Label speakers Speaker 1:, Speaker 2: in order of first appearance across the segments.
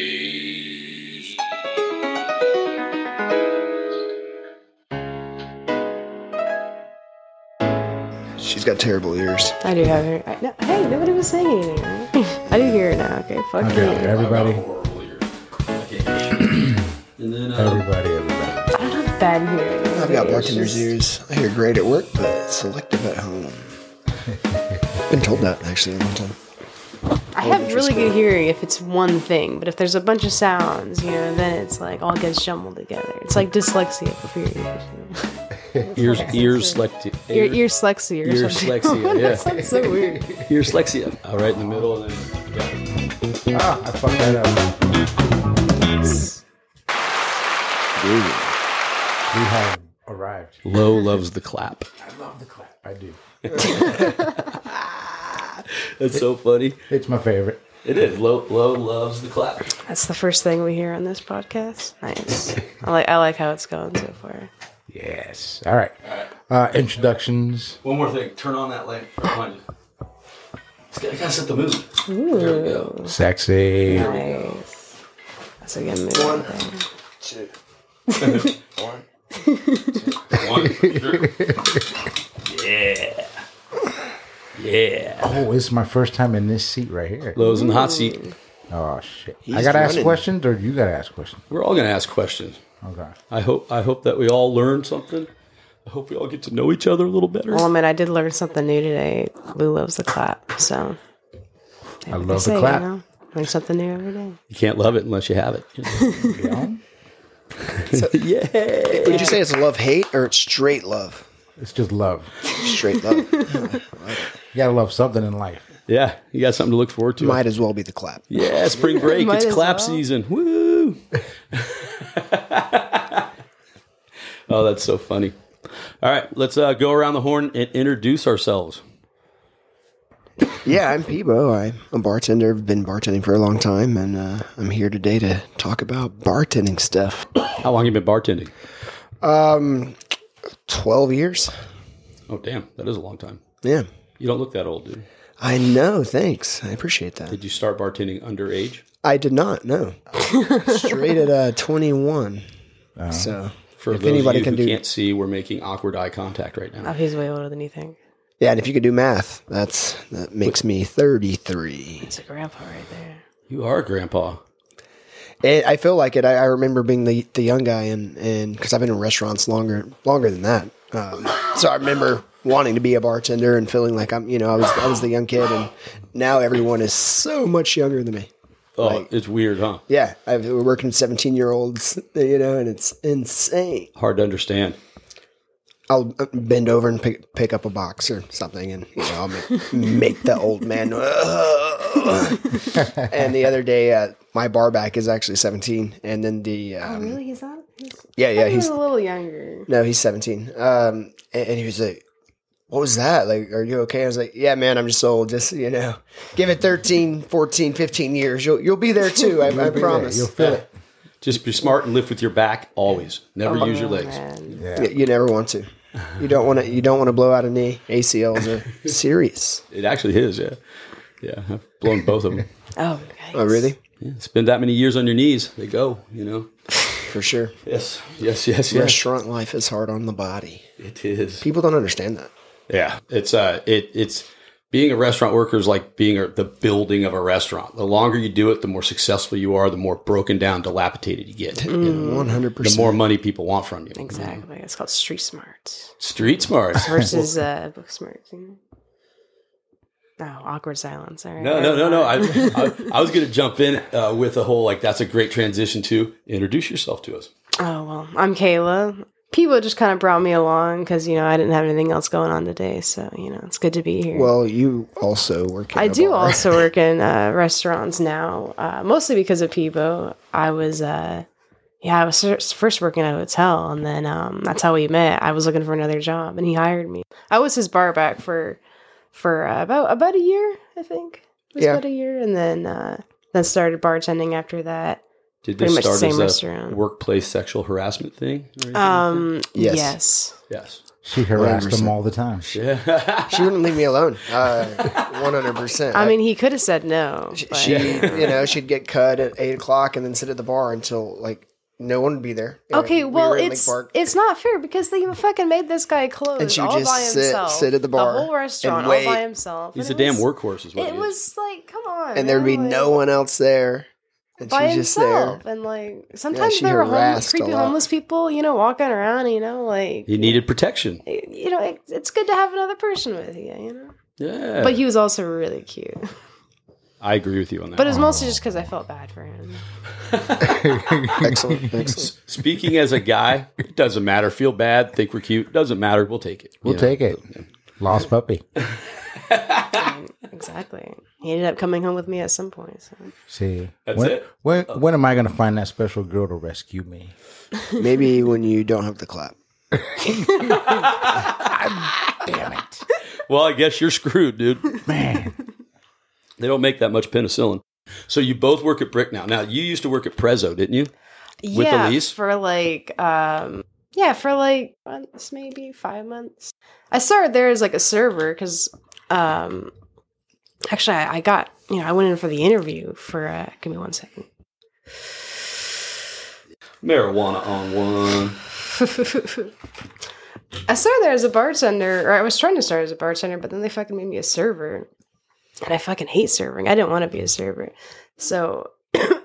Speaker 1: Deglaze.
Speaker 2: She's got terrible ears.
Speaker 3: I do have her. I, no, hey, nobody was saying anything. Right? I do hear it now. Okay, fuck
Speaker 4: Okay,
Speaker 3: you.
Speaker 4: everybody,
Speaker 5: And then uh,
Speaker 4: everybody, everybody.
Speaker 3: I don't have bad hearing.
Speaker 2: I've got
Speaker 3: It's
Speaker 2: bartender's
Speaker 3: just-
Speaker 2: ears. I hear great at work, but selective at home. Been told that actually a long time.
Speaker 3: I have really good hearing if it's one thing, but if there's a bunch of sounds, you know, then it's like all gets jumbled together. It's like dyslexia for your ears. You know?
Speaker 5: ears, ears, selecti-
Speaker 3: Your ear slexia or
Speaker 5: Ear
Speaker 3: something.
Speaker 5: slexia, yeah.
Speaker 3: that sounds so weird.
Speaker 5: ear slexia. All right, in the middle, and then
Speaker 4: Ah, I fucked that up.
Speaker 5: Mm.
Speaker 4: We have arrived.
Speaker 5: low loves the clap.
Speaker 4: I love the clap. I do.
Speaker 5: That's so funny.
Speaker 4: It's my favorite.
Speaker 5: It is. Low, low loves the clap.
Speaker 3: That's the first thing we hear on this podcast. Nice. I like I like how it's going so far.
Speaker 4: Yes. All right. Uh, introductions.
Speaker 5: One more thing. Turn on that lamp. Remind you. It's gotta- I gotta set the mood. There we go.
Speaker 4: Sexy.
Speaker 3: Nice. That's a good move. One.
Speaker 5: One, sure. Yeah. Yeah.
Speaker 4: Oh, this is my first time in this seat right here.
Speaker 5: Lowe's in the hot seat.
Speaker 4: Oh shit. I
Speaker 2: He's
Speaker 4: gotta ask
Speaker 2: running.
Speaker 4: questions, or you gotta ask questions. Oh,
Speaker 5: We're all gonna ask questions.
Speaker 4: Okay.
Speaker 5: I hope. I hope that we all learn something. I hope we all get to know each other a little better.
Speaker 3: Well, I mean, I did learn something new today. Lou loves the clap, so
Speaker 4: I
Speaker 3: They
Speaker 4: love
Speaker 3: say,
Speaker 4: the
Speaker 3: you
Speaker 4: clap.
Speaker 3: know, learn something new every day.
Speaker 5: You can't love it unless you have it.
Speaker 4: You know?
Speaker 5: yeah.
Speaker 2: Would you say it's love hate or it's straight love?
Speaker 4: It's just love.
Speaker 2: Straight love.
Speaker 4: You gotta love something in life.
Speaker 5: Yeah. You got something to look forward to.
Speaker 2: Might as well be the clap.
Speaker 5: yeah. Spring break.
Speaker 3: Might
Speaker 5: it's
Speaker 3: as
Speaker 5: clap
Speaker 3: well.
Speaker 5: season. Woo. oh, that's so funny. All right. Let's uh, go around the horn and introduce ourselves.
Speaker 2: Yeah, I'm Peebo. I'm a bartender. I've been bartending for a long time, and uh, I'm here today to talk about bartending stuff.
Speaker 5: How long you been bartending?
Speaker 2: 12 years?
Speaker 5: Oh, damn. That is a long time.
Speaker 2: Yeah.
Speaker 5: You don't look that old, dude.
Speaker 2: I know. Thanks. I appreciate that.
Speaker 5: Did you start bartending underage?
Speaker 2: I did not know. Straight at uh, 21. So,
Speaker 5: For
Speaker 2: if
Speaker 5: those
Speaker 2: anybody
Speaker 5: of you
Speaker 2: can do,
Speaker 5: who can't see, we're making awkward eye contact right
Speaker 3: Oh,
Speaker 5: now.
Speaker 3: he's way older than you think.
Speaker 2: yeah, and if you can do math, that's that makes me 33.
Speaker 3: It's a grandpa right there.
Speaker 5: You are grandpa.
Speaker 2: It, I feel like it. I, I remember being the, the young guy, and and because I've been in restaurants longer longer than that, um, so I remember wanting to be a bartender and feeling like I'm, you know, I was I was the young kid, and now everyone is so much younger than me.
Speaker 5: Oh, it's weird, huh?
Speaker 2: Yeah, I've, we're working with seventeen year olds, you know, and it's insane.
Speaker 5: Hard to understand.
Speaker 2: I'll uh, bend over and pick pick up a box or something, and you know, I'll make, make the old man. and the other day, uh, my bar back is actually seventeen, and then the um,
Speaker 3: Really, he's not. He's,
Speaker 2: yeah, yeah, he's
Speaker 3: a little younger.
Speaker 2: No, he's 17. Um, and, and he was like, what was that? Like, are you okay? I was like, yeah, man, I'm just old. Just, you know, give it 13, 14, 15 years. You'll, you'll be there too. I, I
Speaker 4: Be there.
Speaker 2: promise.
Speaker 4: You'll feel it.
Speaker 5: Just be smart and lift with your back always. Never use your legs.
Speaker 3: Man.
Speaker 4: Yeah.
Speaker 2: Y- You never want to. You don't want to, you don't want to blow out a knee. ACLs are serious.
Speaker 5: It actually is, yeah. Yeah, I've blown both of them.
Speaker 3: Oh, yikes.
Speaker 2: Oh, really?
Speaker 5: Yeah, spend that many years on your knees, they go, you know.
Speaker 2: For sure.
Speaker 5: Yes, yes, yes, yes.
Speaker 2: Restaurant life is hard on the body.
Speaker 5: It is.
Speaker 2: People don't understand that.
Speaker 5: Yeah, it's uh, it it's being a restaurant worker is like being a, the building of a restaurant. The longer you do it, the more successful you are. The more broken down, dilapidated you get.
Speaker 3: Mm.
Speaker 5: you know.
Speaker 2: 100%.
Speaker 5: The more money people want from you.
Speaker 3: Exactly. It's called street smart
Speaker 5: Street smart.
Speaker 3: versus uh, book smart. you know? Oh, awkward silence. All right.
Speaker 5: No, no, no, no. I, I, I was going to jump in uh, with a whole like that's a great transition to introduce yourself to us.
Speaker 3: Oh well, I'm Kayla. People just kind of brought me along because you know I didn't have anything else going on today, so you know it's good to be here.
Speaker 2: Well, you also work. at
Speaker 3: I
Speaker 2: a
Speaker 3: do
Speaker 2: bar.
Speaker 3: also work in uh, restaurants now, uh, mostly because of Peebo. I was, uh, yeah, I was fir- first working at a hotel, and then um, that's how we met. I was looking for another job, and he hired me. I was his bar back for for uh, about about a year, I think. It was
Speaker 2: Yeah.
Speaker 3: about a year, and then uh, then started bartending after that.
Speaker 5: Did
Speaker 3: Pretty
Speaker 5: this
Speaker 3: much the
Speaker 5: start
Speaker 3: same
Speaker 5: as a
Speaker 3: restaurant.
Speaker 5: workplace sexual harassment thing?
Speaker 3: Um,
Speaker 2: Mm-hmm. Yes.
Speaker 3: yes.
Speaker 5: Yes.
Speaker 4: She harassed
Speaker 2: 100%.
Speaker 4: him all the time.
Speaker 5: Yeah.
Speaker 2: She wouldn't leave me alone. Uh, One hundred percent.
Speaker 3: I mean, he could have said no. But,
Speaker 2: she, you know, she'd get cut at eight o'clock and then sit at the bar until like no one would be there. You know,
Speaker 3: okay,
Speaker 2: we
Speaker 3: well,
Speaker 2: were in Lake
Speaker 3: it's
Speaker 2: Park.
Speaker 3: it's not fair because they fucking made this guy close
Speaker 2: And she would
Speaker 3: all by
Speaker 2: just sit-
Speaker 3: himself.
Speaker 2: sit at the bar
Speaker 3: the whole
Speaker 2: and
Speaker 3: restaurant all
Speaker 2: wait.
Speaker 3: by himself.
Speaker 5: He's a
Speaker 3: and it
Speaker 5: damn
Speaker 3: was-
Speaker 5: workhorse, is what
Speaker 3: It
Speaker 5: he is.
Speaker 3: was like, come on,
Speaker 2: and there'd be
Speaker 3: man,
Speaker 2: no
Speaker 3: like-
Speaker 2: one else there, and
Speaker 3: by
Speaker 2: she's just there.
Speaker 3: himself. And like sometimes
Speaker 2: she
Speaker 3: there were homeless,
Speaker 2: harassed a
Speaker 3: creepy
Speaker 2: lot.
Speaker 3: homeless people, you know, walking around. You know, like
Speaker 5: He needed protection.
Speaker 3: you know, it, it's good to have another person with you. You know,
Speaker 5: Yeah.
Speaker 3: but he was also really cute.
Speaker 5: I agree with you on that.
Speaker 3: But it was mostly just because I felt bad for him.
Speaker 2: Excellent, excellent.
Speaker 5: Speaking as a guy, it doesn't matter. Feel bad, think we're cute, doesn't matter. We'll take it.
Speaker 4: We'll take it. Lost puppy.
Speaker 3: exactly. He ended up coming home with me at some point. So.
Speaker 4: See,
Speaker 5: That's
Speaker 4: when,
Speaker 5: it? Oh.
Speaker 4: When, when am I going to find that special girl to rescue me?
Speaker 2: Maybe when you don't have the clap.
Speaker 4: Damn it,
Speaker 5: Well, I guess you're screwed, dude.
Speaker 4: man!
Speaker 5: They don't make that much penicillin. So you both work at Brick now. Now you used to work at Prezzo, didn't you? With
Speaker 3: yeah,
Speaker 5: Elise?
Speaker 3: for like, um, yeah, for like months, maybe five months. I started there as like a server because, um, actually, I, I got you know I went in for the interview for. Uh, give me one second.
Speaker 5: Marijuana on one.
Speaker 3: I started there as a bartender, or I was trying to start as a bartender, but then they fucking made me a server. And I fucking hate serving. I didn't want to be a server. So I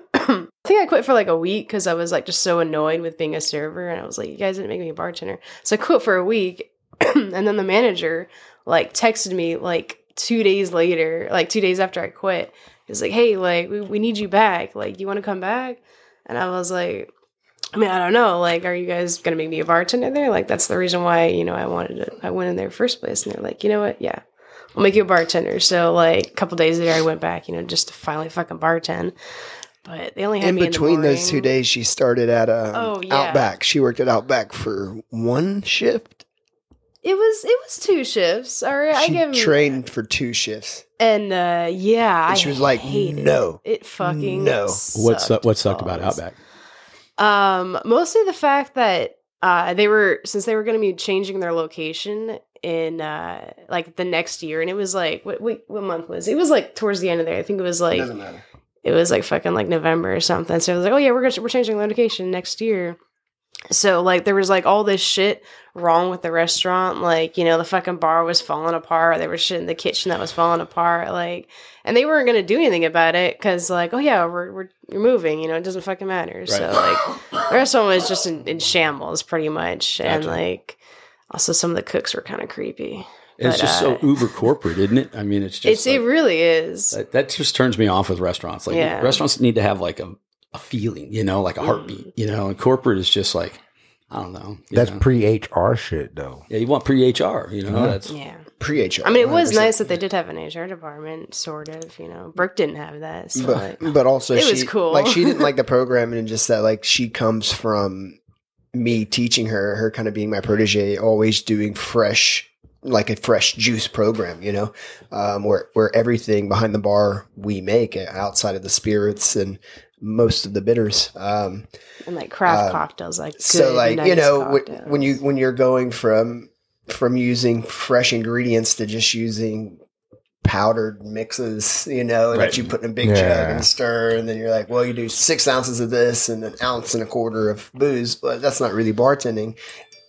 Speaker 3: think I quit for like a week because I was like just so annoyed with being a server. And I was like, you guys didn't make me a bartender. So I quit for a week. and then the manager like texted me like two days later, like two days after I quit. He's like, hey, like, we, we need you back. Like, you want to come back? And I was like, I mean, I don't know. Like, are you guys gonna make me a bartender there? Like, that's the reason why you know I wanted to. I went in there first place, and they're like, you know what? Yeah, we'll make you a bartender. So, like, a couple days later, I went back, you know, just to finally fucking bartend. But they only had
Speaker 2: In
Speaker 3: me
Speaker 2: between
Speaker 3: in the
Speaker 2: those two
Speaker 3: morning.
Speaker 2: days, she started at um,
Speaker 3: Oh, yeah.
Speaker 2: Outback. She worked at Outback for one shift.
Speaker 3: It was it was two shifts. All right, I
Speaker 2: she
Speaker 3: give 'em-
Speaker 2: trained for two shifts.
Speaker 3: and uh, yeah,
Speaker 2: And
Speaker 3: I
Speaker 2: she was like,
Speaker 3: hated it.
Speaker 2: no,
Speaker 3: It, fucking
Speaker 2: no.
Speaker 5: What's
Speaker 3: sucked
Speaker 5: what sucked about
Speaker 3: balls.
Speaker 5: Outback?
Speaker 3: Um, mostly the fact that uh, they were since they were going to be changing their location in uh, like the next year, and it was like what what, what month was it? It was like towards the end of there. I think it was like
Speaker 2: Doesn't matter.
Speaker 3: it was like fucking like November or something. So it was like, oh yeah, we're gonna, we're changing location next year. So like there was like all this shit wrong with the restaurant. Like you know the fucking bar was falling apart. There was shit in the kitchen that was falling apart. Like and they weren't gonna do anything about it because like oh yeah we're we're you're moving. You know it doesn't fucking matter. So like the restaurant was just in, in shambles pretty much. And
Speaker 5: Gotcha.
Speaker 3: like also some of the cooks were kind of creepy.
Speaker 5: It's
Speaker 3: But,
Speaker 5: just
Speaker 3: uh,
Speaker 5: so uber corporate, isn't it? I mean, it's just
Speaker 3: it's
Speaker 5: like-
Speaker 3: it really is.
Speaker 5: that, that just turns me off with restaurants. Like
Speaker 3: Yeah.
Speaker 5: restaurants need to have like a, a feeling, you know, like a
Speaker 3: Mm.
Speaker 5: heartbeat, you know. And corporate is just like I don't know. you
Speaker 4: That's
Speaker 5: know.
Speaker 4: pre HR shit, though.
Speaker 5: yeah. You want pre HR, you know.
Speaker 2: Uh-huh.
Speaker 4: Mhm.
Speaker 5: That's
Speaker 3: yeah.
Speaker 2: Pre HR.
Speaker 3: I mean, it was nice that they did have an HR department, sort of. You know, Brooke didn't have that. So
Speaker 2: but,
Speaker 3: like,
Speaker 2: but also
Speaker 3: It
Speaker 2: she,
Speaker 3: was cool.
Speaker 2: like she didn't like the program and just that like she comes from me teaching her her kind of being my protege always doing fresh like a fresh juice program you know um, where where everything behind the bar we make uh, outside of the spirits and most of the bitters um,
Speaker 3: and like craft
Speaker 2: um,
Speaker 3: cocktails, like good,
Speaker 2: so like you
Speaker 3: nice
Speaker 2: know w-
Speaker 3: cocktails.
Speaker 2: when you when you're going from from using fresh ingredients to just using powdered mixes you know
Speaker 5: Right.
Speaker 2: that you put in a big jug
Speaker 4: Yeah.
Speaker 2: and stir and then you're like well you do six ounces of this and an ounce and a quarter of booze but that's not really bartending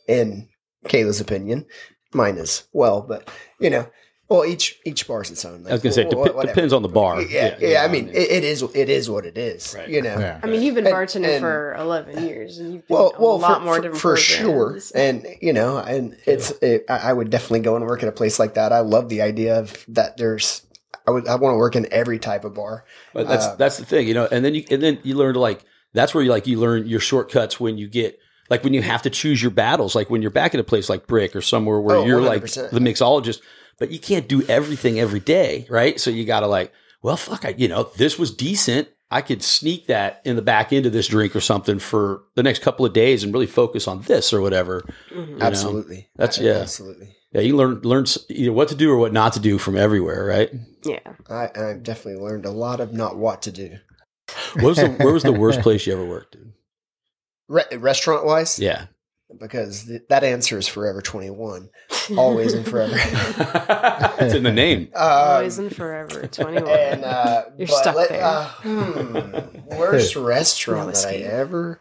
Speaker 2: in kayla's opinion mine is well but you know well each each bar's its own
Speaker 5: I was gonna say it
Speaker 2: Wh-
Speaker 5: dep-
Speaker 2: whatever.
Speaker 5: depends on the bar.
Speaker 2: yeah, yeah, i mean it, it is it is what it is
Speaker 5: Right.
Speaker 2: you know
Speaker 4: Yeah.
Speaker 3: I mean, you've been
Speaker 2: and-
Speaker 3: bartending
Speaker 2: and-
Speaker 3: for eleven years, and you've been
Speaker 2: well,
Speaker 3: a
Speaker 2: well,
Speaker 3: lot
Speaker 2: for,
Speaker 3: more
Speaker 2: for-
Speaker 3: different
Speaker 2: for sure,
Speaker 3: programs.
Speaker 2: and you know, and it's it, I I would definitely go and work at a place like that. I love the idea of that. There's I would I want to work in every type of bar.
Speaker 5: But that's
Speaker 2: Uh,
Speaker 5: that's the thing, you know. And then you and then you learn to like that's where you like you learn your shortcuts when you get like when you have to choose your battles, like when you're back at a place like Brick or somewhere where
Speaker 2: Oh,
Speaker 5: you're like
Speaker 2: 100%.
Speaker 5: the mixologist, but you can't do everything every day, right? So you got to like, well, fuck, I you know this was decent. I could sneak that in the back end of this drink or something for the next couple of days and really focus on this or whatever.
Speaker 3: Mhm.
Speaker 2: uh,
Speaker 5: know,
Speaker 2: Absolutely,
Speaker 5: that's-
Speaker 2: I-
Speaker 5: yeah.
Speaker 2: absolutely.
Speaker 5: Yeah, you learn learn s- either what to do or what not to do from everywhere, right?
Speaker 3: Yeah,
Speaker 2: I I've definitely learned a lot of not what to do.
Speaker 5: What was the, where was the worst place you ever worked, dude?
Speaker 2: Re- restaurant wise,
Speaker 5: Yeah.
Speaker 2: because th- that answer is forever 21, always and forever.
Speaker 5: it's in the name.
Speaker 3: Always
Speaker 2: Um,
Speaker 3: and forever. 21.
Speaker 2: and uh,
Speaker 3: You're
Speaker 2: but
Speaker 3: stuck
Speaker 2: let-
Speaker 3: there.
Speaker 2: uh, hmm, worst restaurant
Speaker 3: No
Speaker 2: that I
Speaker 3: escape.
Speaker 2: ever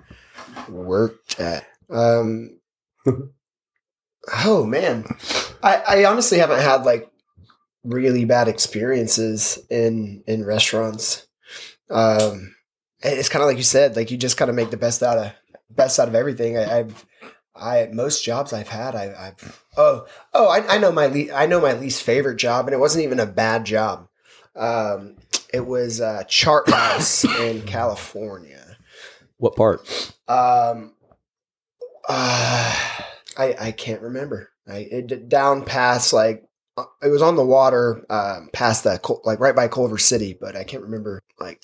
Speaker 2: worked at. Um, oh man, I, I honestly haven't had like really bad experiences in in restaurants. Um, it- it's kind of like you said, like you just kind of make the best out of best out of everything. I, I've I most jobs I've had, I, I've oh oh I, I know my le- I know my least favorite job, and it wasn't even a bad job. Um, it was uh, Chart House in California.
Speaker 5: What part?
Speaker 2: Um, uh, I I can't remember. I it, d- down past like uh, it was on the water, um, past the Cul- like right by Culver City, but I can't remember like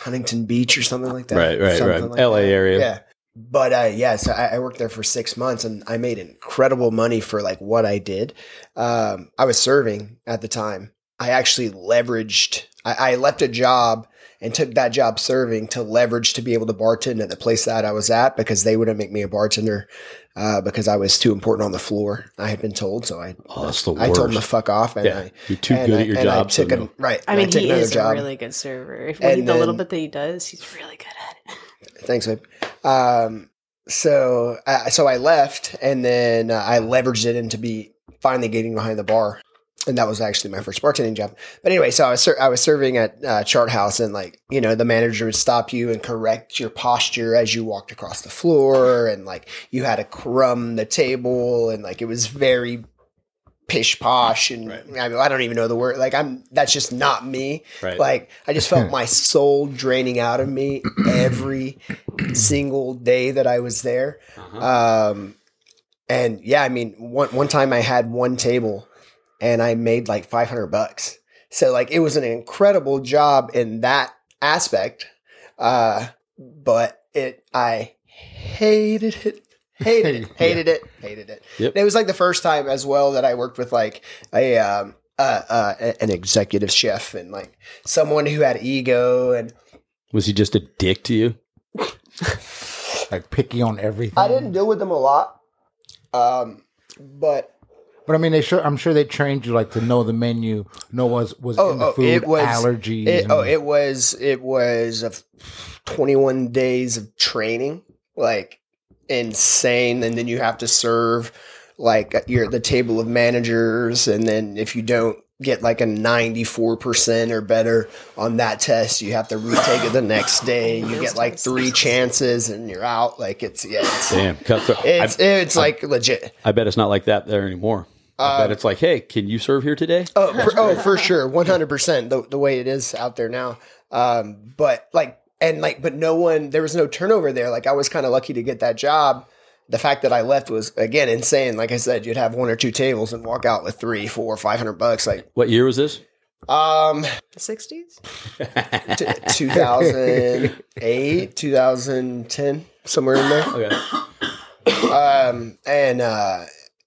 Speaker 2: Huntington Beach or something like that.
Speaker 5: Right, right,
Speaker 2: Something
Speaker 5: right.
Speaker 2: like
Speaker 5: LA
Speaker 2: that.
Speaker 5: area.
Speaker 2: Yeah. But uh, yeah, so I, I worked there for six months and I made incredible money for like what I did. Um, I was serving at the time. I actually leveraged, I, I left a job and took that job serving to leverage to be able to bartend at the place that I was at because they wouldn't make me a bartender uh, because I was too important on the floor. I had been told. So I,
Speaker 5: Oh, that's the worst.
Speaker 2: I told them to fuck off and
Speaker 5: Yeah.
Speaker 2: I,
Speaker 5: You're too
Speaker 2: and
Speaker 5: good
Speaker 2: I-
Speaker 5: at your
Speaker 2: and
Speaker 5: job.
Speaker 2: I
Speaker 5: So
Speaker 2: took
Speaker 5: no.
Speaker 2: an- right.
Speaker 3: I
Speaker 2: and
Speaker 3: mean,
Speaker 2: took
Speaker 3: he
Speaker 2: another
Speaker 3: is
Speaker 2: job.
Speaker 3: a really good server. If
Speaker 2: And
Speaker 3: we the little
Speaker 2: then-
Speaker 3: bit that he does, he's really good at it.
Speaker 2: Thanks, babe. Um, so, uh, so I left, and then uh, I leveraged it into be finally getting behind the bar, and that was actually my first bartending job. But anyway, so I was ser- I was serving at uh, Chart House, and like you know, the manager would stop you and correct your posture as you walked across the floor, and like you had to crumb the table, and like it was very pish posh, and I, mean, I don't even know the word. Like I'm, that's just not me.
Speaker 5: Right.
Speaker 2: Like I just felt my soul draining out of me every single day that I was there.
Speaker 5: Uh-huh.
Speaker 2: Um, and yeah, I mean, one one time I had one table, and I made like five hundred bucks. So like it was an incredible job in that aspect. Uh, but it I hated it. Hated it, hated it, hated it.
Speaker 5: Yep.
Speaker 2: And it was like the first time as well that I worked with like a um uh, uh a- an executive chef and like someone who had ego and
Speaker 5: Was he just a dick to you?
Speaker 4: Like picky on everything.
Speaker 2: I didn't deal with them a lot. Um but
Speaker 4: But I mean, they sure. I'm sure they trained you like to know the menu, know what's was
Speaker 2: Oh,
Speaker 4: in the
Speaker 2: oh,
Speaker 4: food,
Speaker 2: it was-
Speaker 4: allergies.
Speaker 2: It,
Speaker 4: and-
Speaker 2: oh, it was it was a twenty one days of training, like insane, and then you have to serve like you're at the table of managers, and then if you don't get like a ninety four percent or better on that test, you have to retake it the next day. You get like three chances, and you're out. Like it's yeah, it's
Speaker 5: Damn, cutthroat. I,
Speaker 2: it's, it's like legit.
Speaker 5: I bet it's not like that there anymore.
Speaker 2: Uh,
Speaker 5: I bet it's like, hey, can you serve here today?
Speaker 2: Oh, for, oh, for sure, one hundred percent. The the way it is out there now, um, but like and like, but no one. There was no turnover there. Like I was kind of lucky to get that job. The fact that I left was again insane. Like I said, you'd have one or two tables and walk out with three, four, five hundred bucks. Like
Speaker 5: What year was this?
Speaker 2: um,
Speaker 3: The 60s?
Speaker 2: two thousand eight, two thousand ten, somewhere in there.
Speaker 5: Okay.
Speaker 2: um, and uh,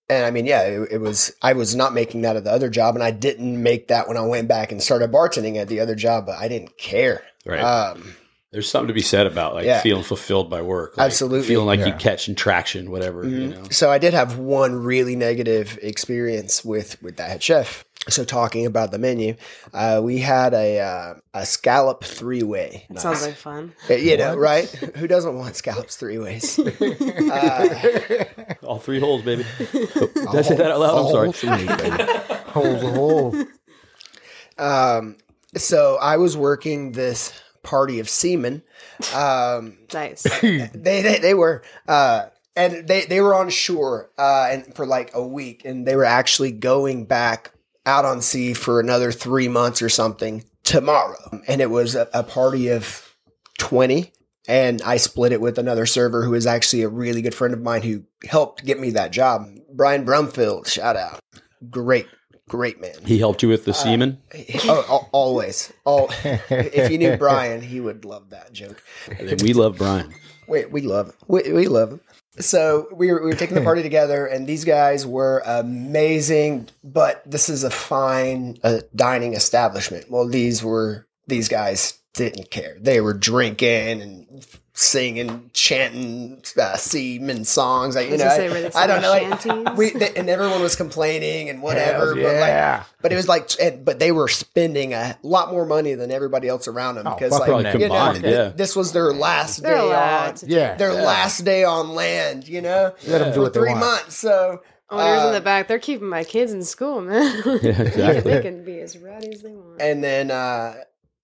Speaker 2: and I mean, yeah, it, it was. I was not making that at the other job, and I didn't make that when I went back and started bartending at the other job. But I didn't care.
Speaker 5: Right.
Speaker 2: Um,
Speaker 5: There's something to be said about like
Speaker 2: Yeah.
Speaker 5: feeling fulfilled by work. like,
Speaker 2: Absolutely. Mm-hmm.
Speaker 5: Feeling like
Speaker 4: Yeah.
Speaker 5: you're catching traction, whatever, you know.
Speaker 2: so I did have one really negative experience with with that head chef. So talking about the menu, uh, we had a uh, a scallop three way.
Speaker 3: That sounds like fun.
Speaker 2: You know, right? Who doesn't want scallops three ways?
Speaker 5: All three holes, baby. Oh, did I say that out loud? I'm sorry.
Speaker 4: Holes, hole.
Speaker 2: Um, so I was working this party of seamen. Um,
Speaker 3: Nice.
Speaker 2: They they, they were uh and they they were on shore uh and for like a week and they were actually going back out on sea for another 3 months or something tomorrow. And it was a, a party of 20 and I split it with another server who is actually a really good friend of mine who helped get me that job. Brian Brumfield, shout out. Great great man.
Speaker 5: He helped you with
Speaker 2: Uh,
Speaker 5: the semen?
Speaker 2: Oh, al- always. All if you knew Brian, he would love that joke.
Speaker 5: We love Brian.
Speaker 2: We, we love him. We, we love him. So we were, we were taking the party together, and these guys were amazing. But this is a fine uh, dining establishment. Well, these were these guys didn't care. They were drinking and singing, chanting uh, seamen songs. Like, you
Speaker 3: Was
Speaker 2: know,
Speaker 3: this a
Speaker 2: I,
Speaker 3: really
Speaker 2: I don't know. like,
Speaker 3: shanties?
Speaker 2: we they, and everyone was complaining and whatever.
Speaker 4: Hell
Speaker 2: But like,
Speaker 4: yeah.
Speaker 2: but it was like, and, but they were spending a lot more money than everybody else around them
Speaker 4: Oh,
Speaker 2: because,
Speaker 4: fuck
Speaker 2: like,
Speaker 5: probably
Speaker 2: you know,
Speaker 5: combined,
Speaker 2: th-
Speaker 5: yeah.
Speaker 2: this was their last
Speaker 3: They're
Speaker 2: day
Speaker 3: allowed
Speaker 2: on
Speaker 3: to
Speaker 4: yeah.
Speaker 2: their last day on land. You know,
Speaker 4: Let them do
Speaker 2: for
Speaker 4: what they
Speaker 2: three
Speaker 4: want.
Speaker 2: months. So
Speaker 3: Owners Oh, in
Speaker 2: Uh,
Speaker 3: the back, they're keeping my kids in school, man.
Speaker 5: Yeah, exactly.
Speaker 3: they can be as rowdy as they want.
Speaker 2: and then uh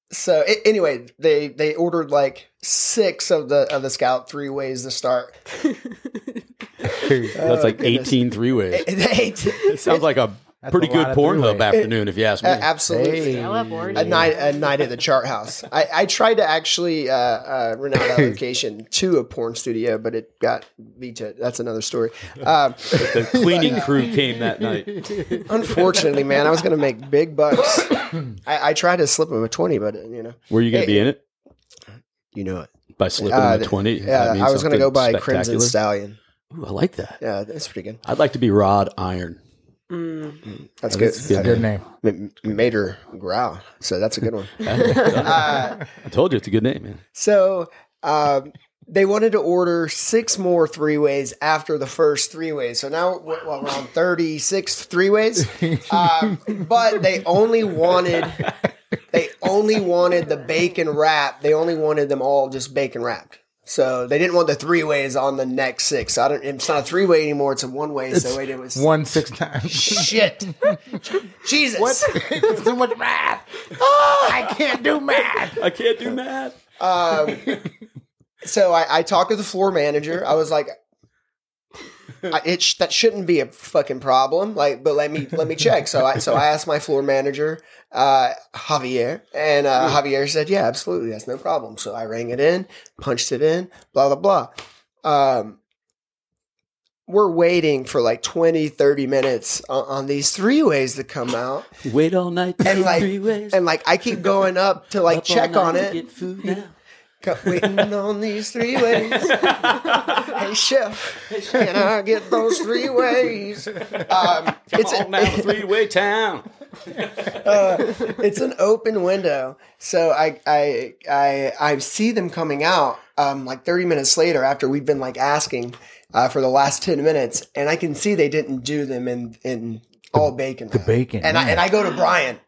Speaker 2: so a- anyway they they ordered like six of the of the scout three ways to start Oh,
Speaker 5: That's like 18 three ways.
Speaker 2: And they-
Speaker 5: It sounds like a
Speaker 4: That's
Speaker 5: pretty
Speaker 4: a
Speaker 5: good
Speaker 4: lot of
Speaker 5: Pornhub
Speaker 4: three-way.
Speaker 5: afternoon, if you ask me.
Speaker 2: uh, absolutely
Speaker 4: Hey.
Speaker 3: I love orange.
Speaker 2: a night a night at the chart house i i tried to actually uh uh rent out that location to a porn studio but it got vetoed that's another story um
Speaker 5: the cleaning crew came that night.
Speaker 2: unfortunately man i was gonna make big bucks i i tried to slip him a 20 but uh, you know
Speaker 5: Were you going to be in it
Speaker 2: you know it
Speaker 5: by slipping
Speaker 2: Uh,
Speaker 5: them a twenty?
Speaker 2: yeah
Speaker 5: That means
Speaker 2: i was gonna
Speaker 5: something
Speaker 2: go buy a crimson
Speaker 5: spectacular?
Speaker 2: stallion
Speaker 5: Ooh, I like that.
Speaker 2: yeah that's pretty good
Speaker 5: I'd like to be Rod Iron.
Speaker 3: Mm.
Speaker 2: that's good,
Speaker 4: That's a good name.
Speaker 2: M- made her growl. So that's a good one. Uh,
Speaker 5: I told you it's a good name, man.
Speaker 2: So um, they wanted to order six more three ways after the first three ways. So now we're, well, we're on 36 three ways. Um, but they only wanted. They only wanted the bacon wrap. They only wanted them all just bacon wrapped. So they didn't want the three ways on the next six. So I don't. It's not a three way anymore. It's a one way. So it was
Speaker 4: One six times.
Speaker 2: shit. Jesus.
Speaker 4: What? it's too much math. Oh, I can't do math.
Speaker 5: I can't do math.
Speaker 2: Um, so I, I talked to the floor manager. I was like, I, it sh- that shouldn't be a fucking problem. Like, but let me let me check. So I so I asked my floor manager, uh, Javier, and uh, Javier said, yeah, absolutely, that's no problem. So I rang it in, punched it in, blah blah blah. Um, we're waiting for like 20, 30 minutes on, on these three ways to come out,
Speaker 5: Wait all night
Speaker 2: And, like-
Speaker 5: three ways.
Speaker 2: and like I keep going up to like
Speaker 5: Up all
Speaker 2: check
Speaker 5: night
Speaker 2: on
Speaker 5: to
Speaker 2: it.
Speaker 5: Get food now.
Speaker 2: Got waiting on these three ways. hey chef, can I get those three ways? Um, it's
Speaker 5: All now three way town.
Speaker 2: uh, it's an open window, so I I I I see them coming out um, like thirty minutes later after we've been like asking uh, for the last ten minutes, and I can see they didn't do them in in all bacon. The
Speaker 4: bacon,
Speaker 2: and I
Speaker 4: yeah.
Speaker 2: and I go to Brian.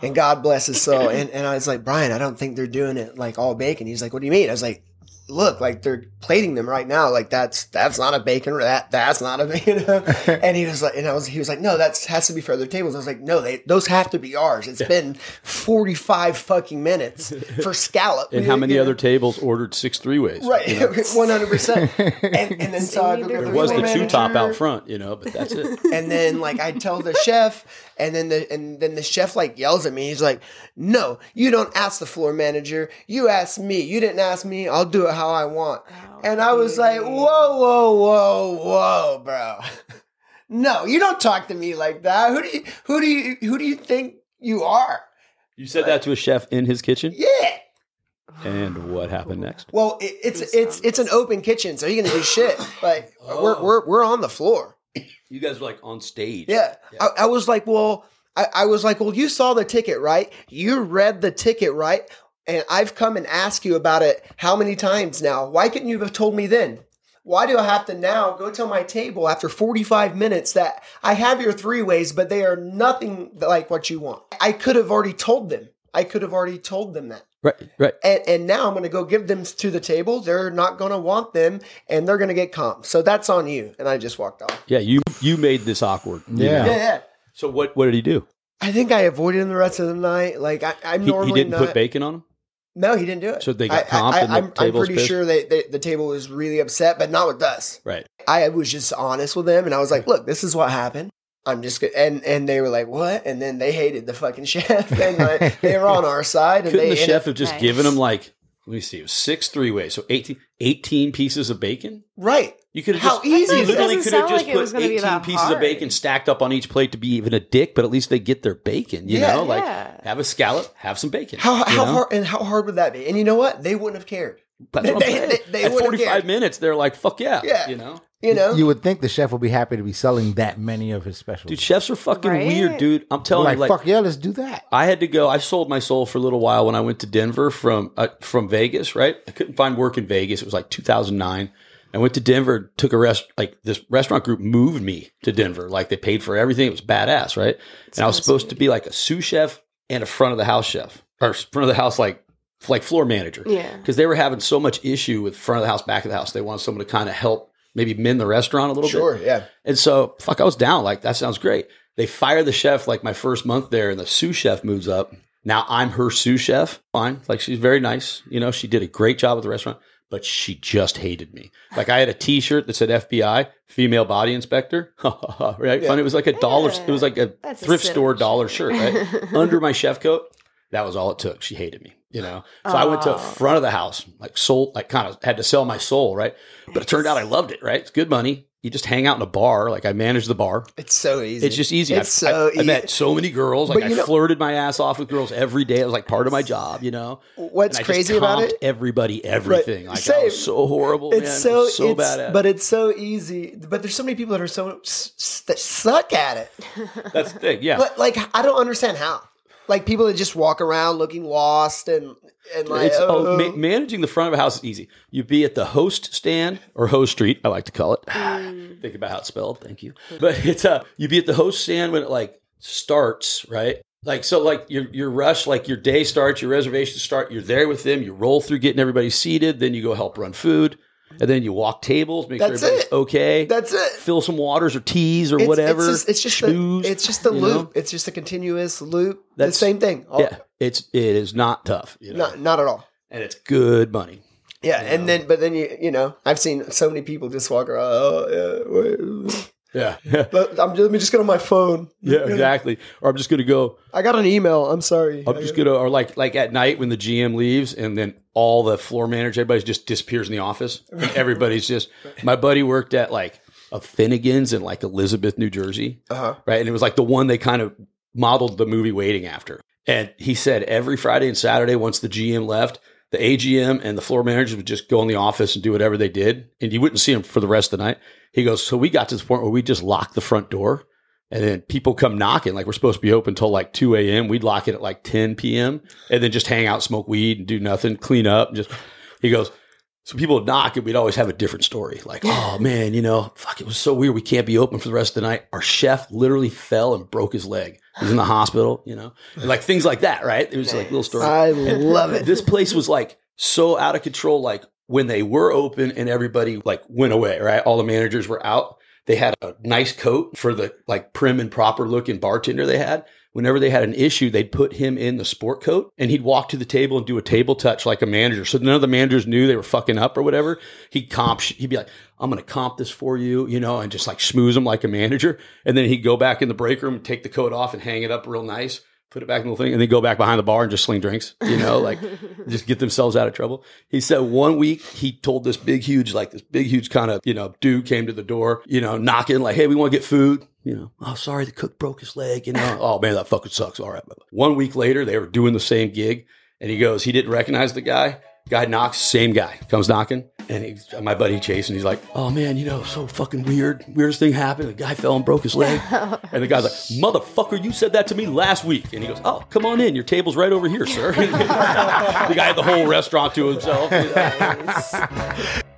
Speaker 2: And God bless his soul. And, and I was like, Brian, I don't think they're doing it like all bacon. He's like, what do you mean? I was like, look like they're plating them right now like that's that's not a bacon that that's not a you know and he was like and i was he was like no that's has to be for other tables i was like no they those have to be ours It's been 45 fucking minutes for scallop
Speaker 5: And how many other tables ordered six three ways?
Speaker 2: right 100% and, and then so i
Speaker 3: They need
Speaker 2: remember
Speaker 5: There
Speaker 3: their
Speaker 2: the
Speaker 5: was the
Speaker 2: floor
Speaker 5: two top
Speaker 2: manager,
Speaker 5: out front, you know, but that's it.
Speaker 2: and then like i tell the chef and then the and then the chef like yells at me he's like no you don't ask the floor manager you ask me you didn't ask me i'll do it how i want and I was like, whoa, whoa, whoa, whoa, bro. No, you don't talk to me like that. Who do you who do you who do you think you are?
Speaker 5: You said that to a chef in his kitchen,
Speaker 2: Yeah.
Speaker 5: and what happened next?
Speaker 2: Well, it, it's it's it's an open kitchen, so you're gonna do shit. Like we're we're we're on the floor.
Speaker 5: You guys were like on stage.
Speaker 2: Yeah. I, I was like, well, I, I was like, well, you saw the ticket, right? You read the ticket, right? And I've come and asked you about it how many times now? Why couldn't you have told me then? Why do I have to now go to my table after 45 minutes that I have your three ways, but they are nothing like what you want? I could have already told them. I could have already told them that
Speaker 5: Right. Right.
Speaker 2: and, and now I'm going to go give them to the table. They're not going to want them, and they're going to get comp. So that's on you. And I just walked off.
Speaker 5: Yeah. You you made this awkward. you
Speaker 4: Yeah.
Speaker 5: know?
Speaker 2: Yeah, yeah.
Speaker 5: So what what did he do?
Speaker 2: I think I avoided him the rest of the night. Like I, I'm
Speaker 5: He,
Speaker 2: normally
Speaker 5: he didn't
Speaker 2: not.
Speaker 5: put bacon on him.
Speaker 2: no, he didn't do it.
Speaker 5: So they got
Speaker 2: I,
Speaker 5: comped
Speaker 2: I,
Speaker 5: and the
Speaker 2: I'm, I'm
Speaker 5: table's
Speaker 2: pretty
Speaker 5: pissed?
Speaker 2: sure they, they, the table was really upset, but not with us.
Speaker 5: Right.
Speaker 2: I was just honest with them, and I was like, "Look, this is what happened." I'm just go-" and and they were like, "What?" And then they hated the fucking chef, and like, they were on our side. And
Speaker 5: Couldn't
Speaker 2: they
Speaker 5: the
Speaker 2: ended-
Speaker 5: chef have just
Speaker 3: Right.
Speaker 5: given him like let me see, it was six three ways, so 18, 18 pieces of bacon.
Speaker 2: right?
Speaker 5: You could have
Speaker 2: How
Speaker 5: just
Speaker 2: easy
Speaker 5: you
Speaker 2: is
Speaker 5: literally
Speaker 3: Doesn't
Speaker 5: could
Speaker 3: sound
Speaker 5: have just
Speaker 3: like it was
Speaker 5: put
Speaker 3: gonna be
Speaker 5: eighteen
Speaker 3: that
Speaker 5: pieces of
Speaker 3: hard.
Speaker 5: bacon stacked up on each plate to be even a dick, but at least they get their bacon. You
Speaker 2: Yeah,
Speaker 5: know, Oh, like
Speaker 3: yeah.
Speaker 5: have a scallop, have some bacon.
Speaker 2: How
Speaker 5: you
Speaker 2: how
Speaker 5: know?
Speaker 2: hard and how hard would that be? And you know what? They wouldn't have cared.
Speaker 5: That's what I'm
Speaker 2: they-
Speaker 5: saying.
Speaker 2: they- they
Speaker 5: at
Speaker 2: would've
Speaker 5: forty
Speaker 2: cared.
Speaker 5: five minutes, they're like, "Fuck yeah!"
Speaker 2: Yeah.
Speaker 5: you know.
Speaker 2: You know,
Speaker 4: You would think the chef would be happy to be selling that many of his specials.
Speaker 5: Dude, chefs are fucking
Speaker 3: Right?
Speaker 5: weird, dude. I'm telling
Speaker 4: like,
Speaker 5: you, like
Speaker 4: fuck yeah, let's do that.
Speaker 5: I had to go. I sold my soul for a little while when I went to Denver from uh, from Vegas. Right, I couldn't find work in Vegas. It was like 2009. I went to Denver, took a rest. Like this restaurant group moved me to Denver. Like they paid for everything. It was badass, right? and I was
Speaker 3: awesome.
Speaker 5: supposed to be like a sous chef and a front of the house chef, or front of the house like like floor manager.
Speaker 3: Yeah.
Speaker 5: because they were having so much issue with front of the house, back of the house. They wanted someone to kind of help maybe mend the restaurant a little bit.
Speaker 2: sure, yeah.
Speaker 5: And so, fuck, I was down. Like, that sounds great. They fire the chef like my first month there, and the sous chef moves up. Now I'm her sous chef. Fine. Like, she's very nice. You know, she did a great job at the restaurant, but she just hated me. Like, I had a t shirt that said FBI, female body inspector. right? Fun. It was like a dollar, it was like a
Speaker 3: That's a
Speaker 5: thrift
Speaker 3: silly
Speaker 5: store
Speaker 3: shirt.
Speaker 5: dollar shirt, right? Under my chef coat. That was all it took. She hated me, you know. So I went to
Speaker 3: Aw.
Speaker 5: front of the house, like sold, like kind of had to sell my soul, right? But it turned out I loved it, right? It's good money. You just hang out in a bar. Like I managed the bar.
Speaker 2: It's so easy.
Speaker 5: It's just easy.
Speaker 2: It's
Speaker 5: I,
Speaker 2: so
Speaker 5: I, I
Speaker 2: easy.
Speaker 5: met so many girls. Like
Speaker 2: But
Speaker 5: I
Speaker 2: you know-
Speaker 5: flirted my ass off with girls every day. It was like part of my job, you know. And
Speaker 2: What's
Speaker 5: I just
Speaker 2: crazy about
Speaker 5: comped
Speaker 2: it?
Speaker 5: Everybody, everything. Like I was
Speaker 2: Same.
Speaker 5: so horrible. man.
Speaker 2: It's
Speaker 5: It
Speaker 2: so
Speaker 5: was so
Speaker 2: it's,
Speaker 5: bad.
Speaker 2: but it's so easy. But there's so many people that are so s- s- that suck at it.
Speaker 5: that's the thing. Yeah,
Speaker 2: But like, I don't understand how. Like people that just walk around looking lost and and like
Speaker 5: It's,
Speaker 2: oh,
Speaker 5: oh, ma- managing the front of a house is easy. You be at the host stand or host street, I like to call it.
Speaker 2: Mm.
Speaker 5: Think about how it's spelled. Thank you. But it's uh, you be at the host stand when it like starts, right? Like so, like your your rush, like your day starts, your reservations start. You're there with them. You roll through getting everybody seated. Then you go help run food, and then you walk tables, make
Speaker 2: That's
Speaker 5: sure everybody's
Speaker 2: it.
Speaker 5: okay.
Speaker 2: that's it.
Speaker 5: Fill some waters or teas or
Speaker 2: It's-
Speaker 5: whatever.
Speaker 2: It's just it's just,
Speaker 5: Schmooze,
Speaker 2: the, it's just the
Speaker 5: you know?
Speaker 2: loop. It's just a continuous loop. the
Speaker 5: That's-
Speaker 2: same thing. All-
Speaker 5: Yeah, it's it is not tough, you know?
Speaker 2: Not not at all.
Speaker 5: and it's good money.
Speaker 2: Yeah, and then but then you you know I've seen so many people just walk around. Oh, yeah, wait,
Speaker 5: Yeah.
Speaker 2: let, I'm, let me just get on my phone.
Speaker 5: Yeah, exactly. Or I'm just gonna go.
Speaker 2: I got an email. I'm sorry.
Speaker 5: I'm just gonna, or like, like at night when the GM leaves, and then all the floor manager, everybody just disappears in the office. And everybody's just. My buddy worked at like a Finnegan's in like Elizabeth, New Jersey,
Speaker 2: Uh-huh.
Speaker 5: right? And it was like the one they kind of modeled the movie Waiting after. And he said every Friday and Saturday, once the GM left, the AGM and the floor managers would just go in the office and do whatever they did, and you wouldn't see them for the rest of the night. He goes, so we got to the point where we just locked the front door. And then people come knocking, like we're supposed to be open till like 2 a.m. We'd lock it at like 10 p.m. and then just hang out, smoke weed and do nothing, clean up. And just, he goes, so people would knock and we'd always have a different story. Like, oh man, you know, fuck, it was so weird. We can't be open for the rest of the night. Our chef literally fell and broke his leg. He's in the hospital, you know, and like things like that, right? It was like little stories.
Speaker 2: Uh-huh. I love it.
Speaker 5: This place was like so out of control. Like when they were open and everybody like went away, right? All the managers were out. They had a nice coat for the like prim and proper looking bartender they had. Whenever they had an issue, they'd put him in the sport coat and he'd walk to the table and do a table touch like a manager. So none of the managers knew they were fucking up or whatever. He'd comp, sh- he'd be like, I'm going to comp this for you, you know, and just like schmooze him like a manager. And then he'd go back in the break room, take the coat off and hang it up real nice put it back in the little thing, and then go back behind the bar and just sling drinks, you know, like just get themselves out of trouble. He said one week he told this big, huge, like this big, huge kind of, you know, dude came to the door, you know, knocking, like, hey, we want to get food. You know, oh, sorry, the cook broke his leg. You know, oh man, that fucking sucks. All right. One week later, they were doing the same gig, and he goes, he didn't recognize the guy. Guy knocks, same guy comes knocking, and he, my buddy Chase, and he's like, "Oh man, you know, so fucking weird. Weirdest thing happened. The guy fell and broke his leg." and the guy's like, "Motherfucker, you said that to me last week." And he goes, "Oh, come on in. Your table's right over here, sir." the guy had the whole restaurant to himself.